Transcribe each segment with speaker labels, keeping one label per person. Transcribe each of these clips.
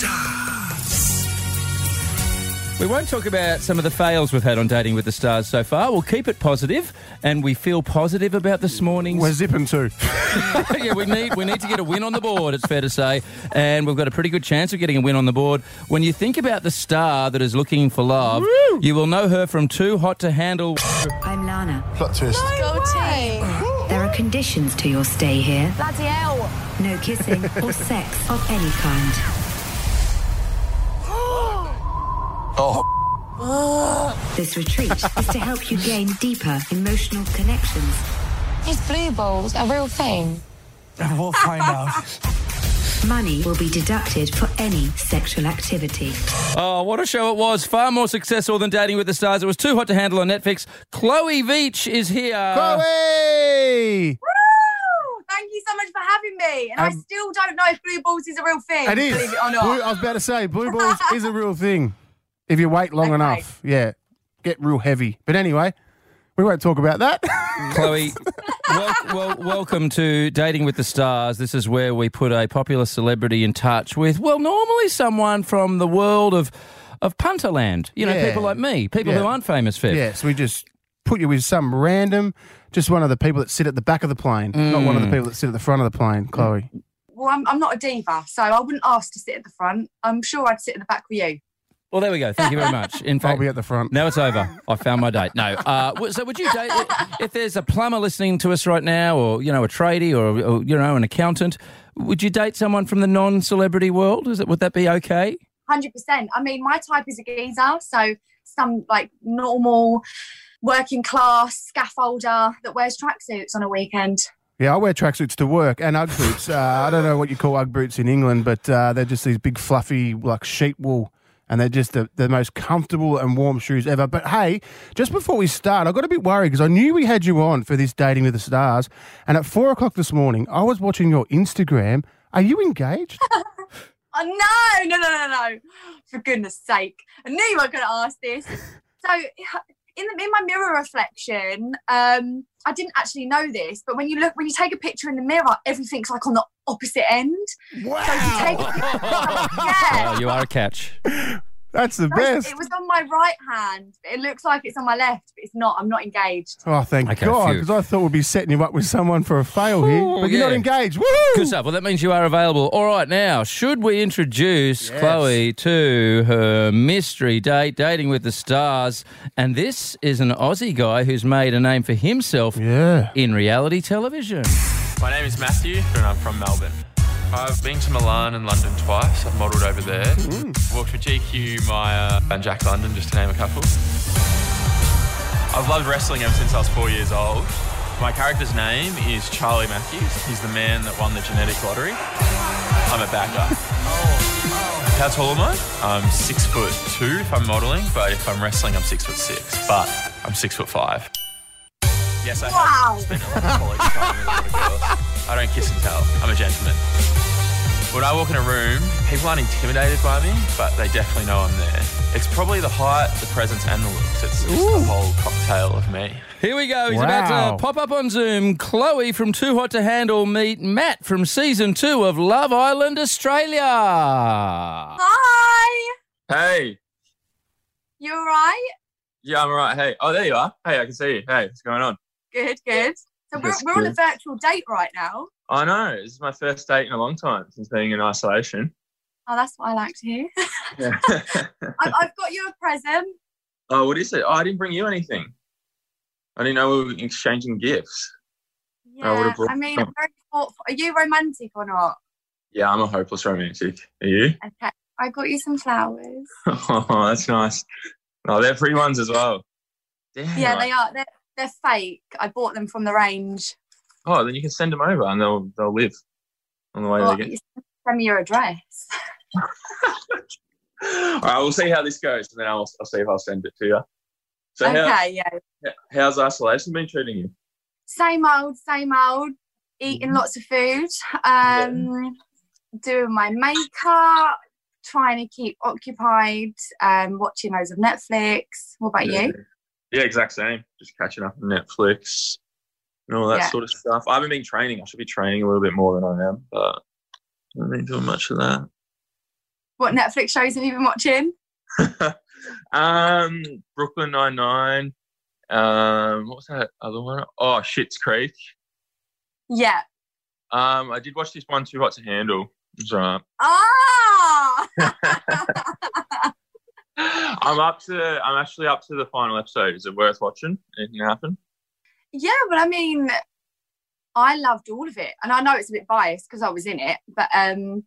Speaker 1: stars.
Speaker 2: We won't talk about some of the fails we've had on Dating with the Stars so far. We'll keep it positive, and we feel positive about this morning's.
Speaker 3: We're zipping too.
Speaker 2: yeah, we need we need to get a win on the board. It's fair to say, and we've got a pretty good chance of getting a win on the board. When you think about the star that is looking for love, you will know her from Too Hot to Handle.
Speaker 4: I'm Lana.
Speaker 3: Plot twist.
Speaker 5: Go team.
Speaker 4: There are conditions to your stay here.
Speaker 5: Bloody hell.
Speaker 4: No kissing or sex of any kind.
Speaker 1: Oh,
Speaker 4: This retreat is to help you gain deeper emotional connections.
Speaker 5: Is blue balls a real thing?
Speaker 3: We'll find out.
Speaker 4: Money will be deducted for any sexual activity.
Speaker 2: Oh, what a show it was! Far more successful than Dating with the Stars. It was Too Hot to Handle on Netflix. Chloe Veach is here.
Speaker 3: Chloe!
Speaker 6: Thank you so much for having me. And I
Speaker 3: Um,
Speaker 6: still don't know if blue balls is a real thing.
Speaker 3: It is.
Speaker 6: Believe it or not.
Speaker 3: Blue- I was about to say, blue balls is a real thing. If you wait long
Speaker 6: Okay.
Speaker 3: enough, yeah, get real heavy. But anyway, we won't talk about that.
Speaker 2: Chloe, wel- wel- welcome to Dating with the Stars. This is where we put a popular celebrity in touch with, well, normally someone from the world of of punterland. You know,
Speaker 3: Yeah.
Speaker 2: people like me, people
Speaker 3: Yeah.
Speaker 2: who aren't famous. Fev.
Speaker 3: yeah, so we just put you with some random, just one of the people that sit at the back of the plane, not one of the people that sit at the front of the plane, Chloe.
Speaker 6: Well, I'm, I'm not a diva, so I wouldn't ask to sit at the front. I'm sure I'd sit at the back with you.
Speaker 2: Well, there we go. Thank you very much. In
Speaker 3: I'll
Speaker 2: fact,
Speaker 3: be at the front.
Speaker 2: now it's over. I found my date. No. Uh, w- so, would you date if there's a plumber listening to us right now, or you know, a tradie, or, or you know, an accountant? Would you date someone from the non-celebrity world? Is it would that be okay?
Speaker 6: 100%. I mean, my type is a geezer, so some like normal working class scaffolder that wears tracksuits on a weekend.
Speaker 3: Yeah, I wear tracksuits to work and Ugg boots. Uh, I don't know what you call Ugg boots in England, but uh, they're just these big fluffy like sheep wool. And they're just the, the most comfortable and warm shoes ever. But hey, just before we start, I got a bit worried because I knew we had you on for this Dating with the Stars. And at four o'clock this morning, I was watching your Instagram. Are you engaged?
Speaker 6: Oh, no, no, no, no, no. For goodness sake. I knew you were going to ask this. So, in, the, in my mirror reflection, um, I didn't actually know this, but when you look, when you take a picture in the mirror, everything's like on the opposite end. So if you take,
Speaker 2: Oh,
Speaker 6: yeah.
Speaker 2: you are a catch.
Speaker 3: That's the best.
Speaker 6: It was on my right hand. but It looks like it's on my left, but it's not. I'm not engaged.
Speaker 3: Oh, thank
Speaker 2: Okay,
Speaker 3: God,
Speaker 2: phew.
Speaker 3: because I thought we'd be setting you up with someone for a fail here.
Speaker 2: Ooh,
Speaker 3: But you're not
Speaker 2: yeah.
Speaker 3: engaged. Woo!
Speaker 2: Good stuff. Well, that means you are available. All right, now, should we introduce Chloe to her mystery date, Dating with the Stars? And this is an Aussie guy who's made a name for himself
Speaker 3: Yeah.
Speaker 2: in reality television.
Speaker 7: My name is Matthew and I'm from Melbourne. I've been to Milan and London twice. I've modelled over there. Worked with GQ, Maya, and Jack London, just to name a couple. I've loved wrestling ever since I was four years old. My character's name is Charlie Matthews. He's the man that won the genetic lottery. I'm a backer. How tall am I? I'm six foot two if I'm modelling, but if I'm wrestling, I'm six foot six. But I'm six foot five. Yes, I have
Speaker 6: Wow.
Speaker 7: college time with a lot of girls. I don't kiss and tell. I'm a gentleman. When I walk in a room, people aren't intimidated by me, but they definitely know I'm there. It's probably the height, the presence, and the looks. It's just the whole cocktail of me.
Speaker 2: Here we go. He's
Speaker 3: Wow.
Speaker 2: about to pop up on Zoom. Chloe from Too Hot to Handle meet Matt from season two of Love Island Australia.
Speaker 6: Hi.
Speaker 7: Hey.
Speaker 6: You all right?
Speaker 7: Yeah, I'm all right. Hey. Oh, there you are. Hey, I can see you. Hey, what's going on?
Speaker 6: Good, good. So we're,
Speaker 7: That's
Speaker 6: we're on a
Speaker 7: good.
Speaker 6: virtual date right now.
Speaker 7: I know. This is my first date in a long time since being in isolation.
Speaker 6: Oh, that's what I like to hear.
Speaker 7: Yeah.
Speaker 6: I've, I've got you a present.
Speaker 7: oh, what is it? Oh, I didn't bring you anything. I didn't know we were exchanging gifts. I would've
Speaker 6: Yeah,
Speaker 7: brought
Speaker 6: I mean,
Speaker 7: some.
Speaker 6: I'm very thoughtful. Are you romantic or not?
Speaker 7: Yeah, I'm a hopeless romantic. Are you?
Speaker 6: Okay, I got you some flowers.
Speaker 7: Oh, that's nice. Oh, they're free ones as well. Damn.
Speaker 6: Yeah,
Speaker 7: like-
Speaker 6: they are. They're, they're fake. I bought them from the range.
Speaker 7: Oh, then you can send them over and they'll they'll live on the way
Speaker 6: Well,
Speaker 7: they
Speaker 6: you
Speaker 7: get.
Speaker 6: send me your address.
Speaker 7: All right, we'll see how this goes, and then I'll, I'll see if I'll send it to you. So, how,
Speaker 6: okay, yeah.
Speaker 7: how's isolation been treating you?
Speaker 6: Same old, same old. Eating
Speaker 7: Mm-hmm.
Speaker 6: lots of food. Um, Doing my makeup. Trying to keep occupied. Um, watching loads of Netflix. What about
Speaker 7: yeah.
Speaker 6: you?
Speaker 7: Yeah, exact same. Just catching up on Netflix and all that
Speaker 6: Yeah.
Speaker 7: sort of stuff. I haven't been training. I should be training a little bit more than I am, but I haven't been doing much of that.
Speaker 6: What Netflix shows have you been watching?
Speaker 7: um, Brooklyn Nine Nine. Um, what was that other one? Oh, Shit's Creek.
Speaker 6: Yeah.
Speaker 7: Um, I did watch this one too hot to handle. It's alright.
Speaker 6: Ah!
Speaker 7: I'm up to. I'm actually up to the final episode. Is it worth watching? Anything happen?
Speaker 6: yeah, but I mean, I loved all of it, and I know it's a bit biased because I was in it, but um,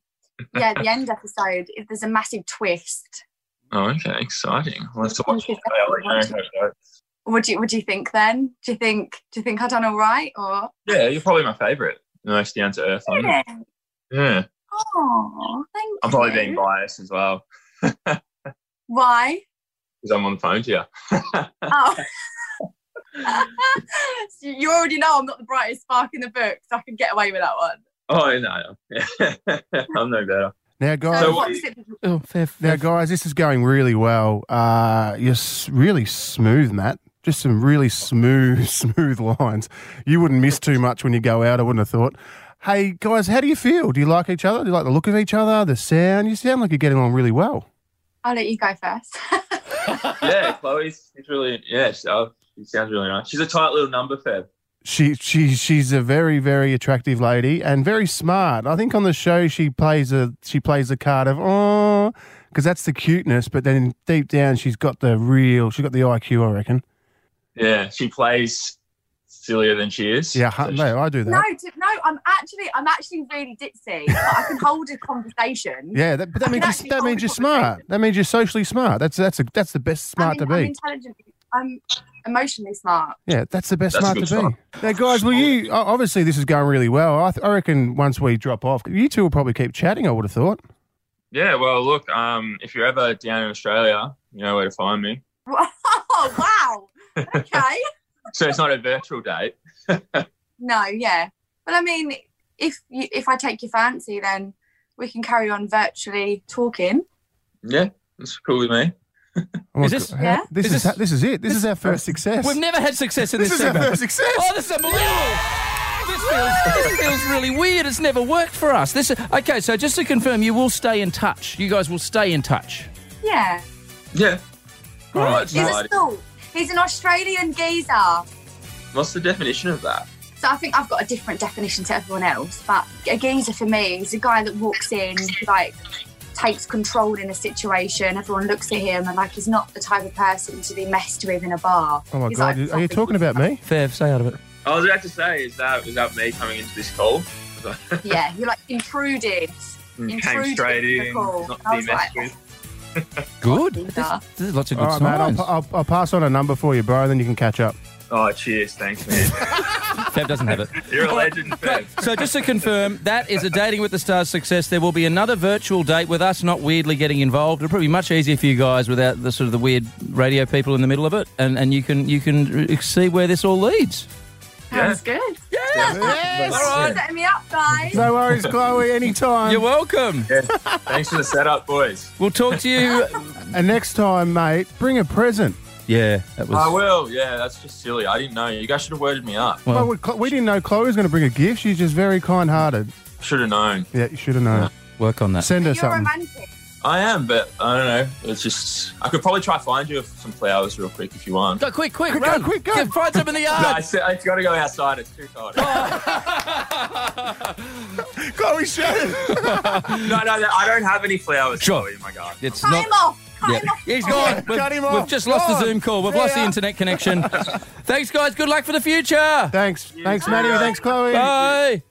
Speaker 6: yeah, the end episode, if there's a massive twist.
Speaker 7: Oh, okay, exciting. Let's watch it. I'll let you know how it goes.
Speaker 6: What do you What do you think then? Do you think Do you think I done all right or?
Speaker 7: Yeah, you're probably my favourite. The most down to earth one.
Speaker 6: Yeah.
Speaker 7: Yeah,
Speaker 6: Oh, thank
Speaker 7: I'm probably
Speaker 6: you.
Speaker 7: being biased as well
Speaker 6: Why?
Speaker 7: because I'm on the phone to you.
Speaker 6: Oh. So you already know I'm not the brightest spark in the book, so I can get away with that one.
Speaker 7: Oh no, I'm no better.
Speaker 3: Now, guys.
Speaker 6: So
Speaker 7: So
Speaker 6: what
Speaker 7: what-
Speaker 6: was it-
Speaker 2: Oh, fair, fair.
Speaker 3: Now, guys, this is going really well. Uh, you're s- really smooth, Matt. Just some really smooth, smooth lines. You wouldn't miss too much when you go out, I wouldn't have thought. Hey, guys, how do you feel? Do you like each other? Do you like the look of each other, the sound? You sound like you're getting on really well.
Speaker 6: I'll let you go first.
Speaker 7: Yeah, Chloe's. She's really. Yeah, she, oh, she sounds really nice. She's a tight little number, Feb.
Speaker 3: She, she, she's a very, very attractive lady and very smart. I think on the show she plays a she plays the card of oh, because that's the cuteness, but then deep down she's got the real, she's got the IQ, I reckon.
Speaker 7: Yeah, she plays sillier than she is.
Speaker 3: Yeah,
Speaker 7: So
Speaker 3: hu-
Speaker 7: she-
Speaker 3: no, I do that.
Speaker 6: no, t- no, I'm actually, I'm actually really ditzy. But I can hold a conversation.
Speaker 3: Yeah, that, but that
Speaker 6: I can
Speaker 3: means
Speaker 6: actually
Speaker 3: you're, that
Speaker 6: hold
Speaker 3: means
Speaker 6: a
Speaker 3: you're smart. That means you're socially smart. That's that's a, that's the best
Speaker 6: I
Speaker 3: smart
Speaker 6: mean,
Speaker 3: to
Speaker 6: I'm
Speaker 3: be.
Speaker 6: intelligent. I'm emotionally smart.
Speaker 3: yeah, that's the best
Speaker 7: That's a
Speaker 3: smart to
Speaker 7: good
Speaker 3: be. Now, guys, will you? o- Obviously, this is going really well. I, th- I reckon once we drop off, you two will probably keep chatting. I would have thought.
Speaker 7: Yeah, well, look, um, if you're ever down in Australia, you know where to find me.
Speaker 6: oh wow! Okay.
Speaker 7: So it's not a virtual date.
Speaker 6: no, yeah, but I mean, if you, if I take your fancy, then we can carry on virtually talking.
Speaker 7: Yeah, that's cool with me.
Speaker 3: Oh my
Speaker 2: Is this-
Speaker 3: God,
Speaker 6: Yeah?
Speaker 3: This
Speaker 2: Is
Speaker 3: is,
Speaker 2: this-
Speaker 3: this is it. This, is our first success.
Speaker 2: We've never had success in
Speaker 3: this
Speaker 2: this,
Speaker 3: is our
Speaker 2: segment.
Speaker 3: first success.
Speaker 2: Oh, this is unbelievable. This feels, this feels really weird. It's never worked for us. This okay. So just to confirm, you will stay in touch. You guys will stay in touch.
Speaker 6: Yeah.
Speaker 7: Yeah. All right.
Speaker 6: He's
Speaker 7: alright.
Speaker 6: a stalk. He's an Australian geezer.
Speaker 7: What's the definition of that?
Speaker 6: So I think I've got a different definition to everyone else. But a geezer for me is a guy that walks in, like takes control in a situation. Everyone looks at him and like he's not the type of person to be messed with in a bar.
Speaker 3: Oh my
Speaker 6: He's
Speaker 3: god!
Speaker 6: like,
Speaker 3: Are you talking about me?
Speaker 2: Fev, stay out of it.
Speaker 7: I was about to say, is that was that me coming into this call?
Speaker 6: Yeah, you're like intruded.
Speaker 7: Mm, Came
Speaker 6: Intruded
Speaker 7: straight in,
Speaker 6: call.
Speaker 7: not to
Speaker 6: I
Speaker 7: be
Speaker 6: was
Speaker 7: messed
Speaker 6: like-
Speaker 7: with.
Speaker 2: Good.
Speaker 6: Geezer.
Speaker 2: This, this is lots of
Speaker 3: All
Speaker 2: good
Speaker 3: right, mate. I'll,
Speaker 2: signs.
Speaker 3: pa- I'll, I'll pass on a number for you, bro, and then you can catch up.
Speaker 7: Oh, cheers, thanks, man.
Speaker 2: Fev doesn't have it.
Speaker 7: You're a legend, Feb.
Speaker 2: Great. So just to confirm, that is a Dating with the Stars success. There will be another virtual date with us not weirdly getting involved. It'll probably be much easier for you guys without the sort of the weird radio people in the middle of it, and, and you can you can r- see where this all leads.
Speaker 6: Sounds good.
Speaker 3: Yes.
Speaker 2: All right.
Speaker 6: Setting me up, guys.
Speaker 3: No worries, Chloe. Anytime.
Speaker 2: You're welcome.
Speaker 7: Yeah. Thanks for the setup, boys.
Speaker 2: We'll talk to you.
Speaker 3: and next time, mate, bring a present.
Speaker 2: Yeah, that was.
Speaker 7: I will. Yeah, that's just silly. I didn't know. You guys should have worded me up.
Speaker 2: Well-
Speaker 3: Well, we, Chlo- we didn't know Chloe was going to bring a gift. She's just very kind-hearted.
Speaker 7: Should have known.
Speaker 3: Yeah, you should have known.
Speaker 2: Work on that.
Speaker 3: Send her
Speaker 6: You're
Speaker 3: something.
Speaker 6: romantic.
Speaker 7: I am, but I don't know. It's just I could probably try find you some flowers real quick if you want.
Speaker 2: Go quick, quick,
Speaker 3: Quick,
Speaker 2: run,
Speaker 3: go, quick, go.
Speaker 2: Get, find some in the
Speaker 7: No, I
Speaker 2: yard.
Speaker 7: s- I gotta go outside. It's too cold.
Speaker 2: Oh.
Speaker 3: Chloe Shannon.
Speaker 7: no, no, no, I don't have any flowers.
Speaker 2: Sure.
Speaker 7: Chloe, my God.
Speaker 2: It's
Speaker 6: Cut
Speaker 2: not.
Speaker 6: him off. Cut
Speaker 2: Yeah.
Speaker 6: him off.
Speaker 2: He's gone. We've,
Speaker 3: cut him
Speaker 2: we've
Speaker 3: off.
Speaker 2: just lost the
Speaker 3: Gone.
Speaker 2: Zoom call. We've lost the internet connection. Thanks, guys. Good luck for the future.
Speaker 3: Thanks. Thanks, Maddie. Thanks, Chloe.
Speaker 2: Bye.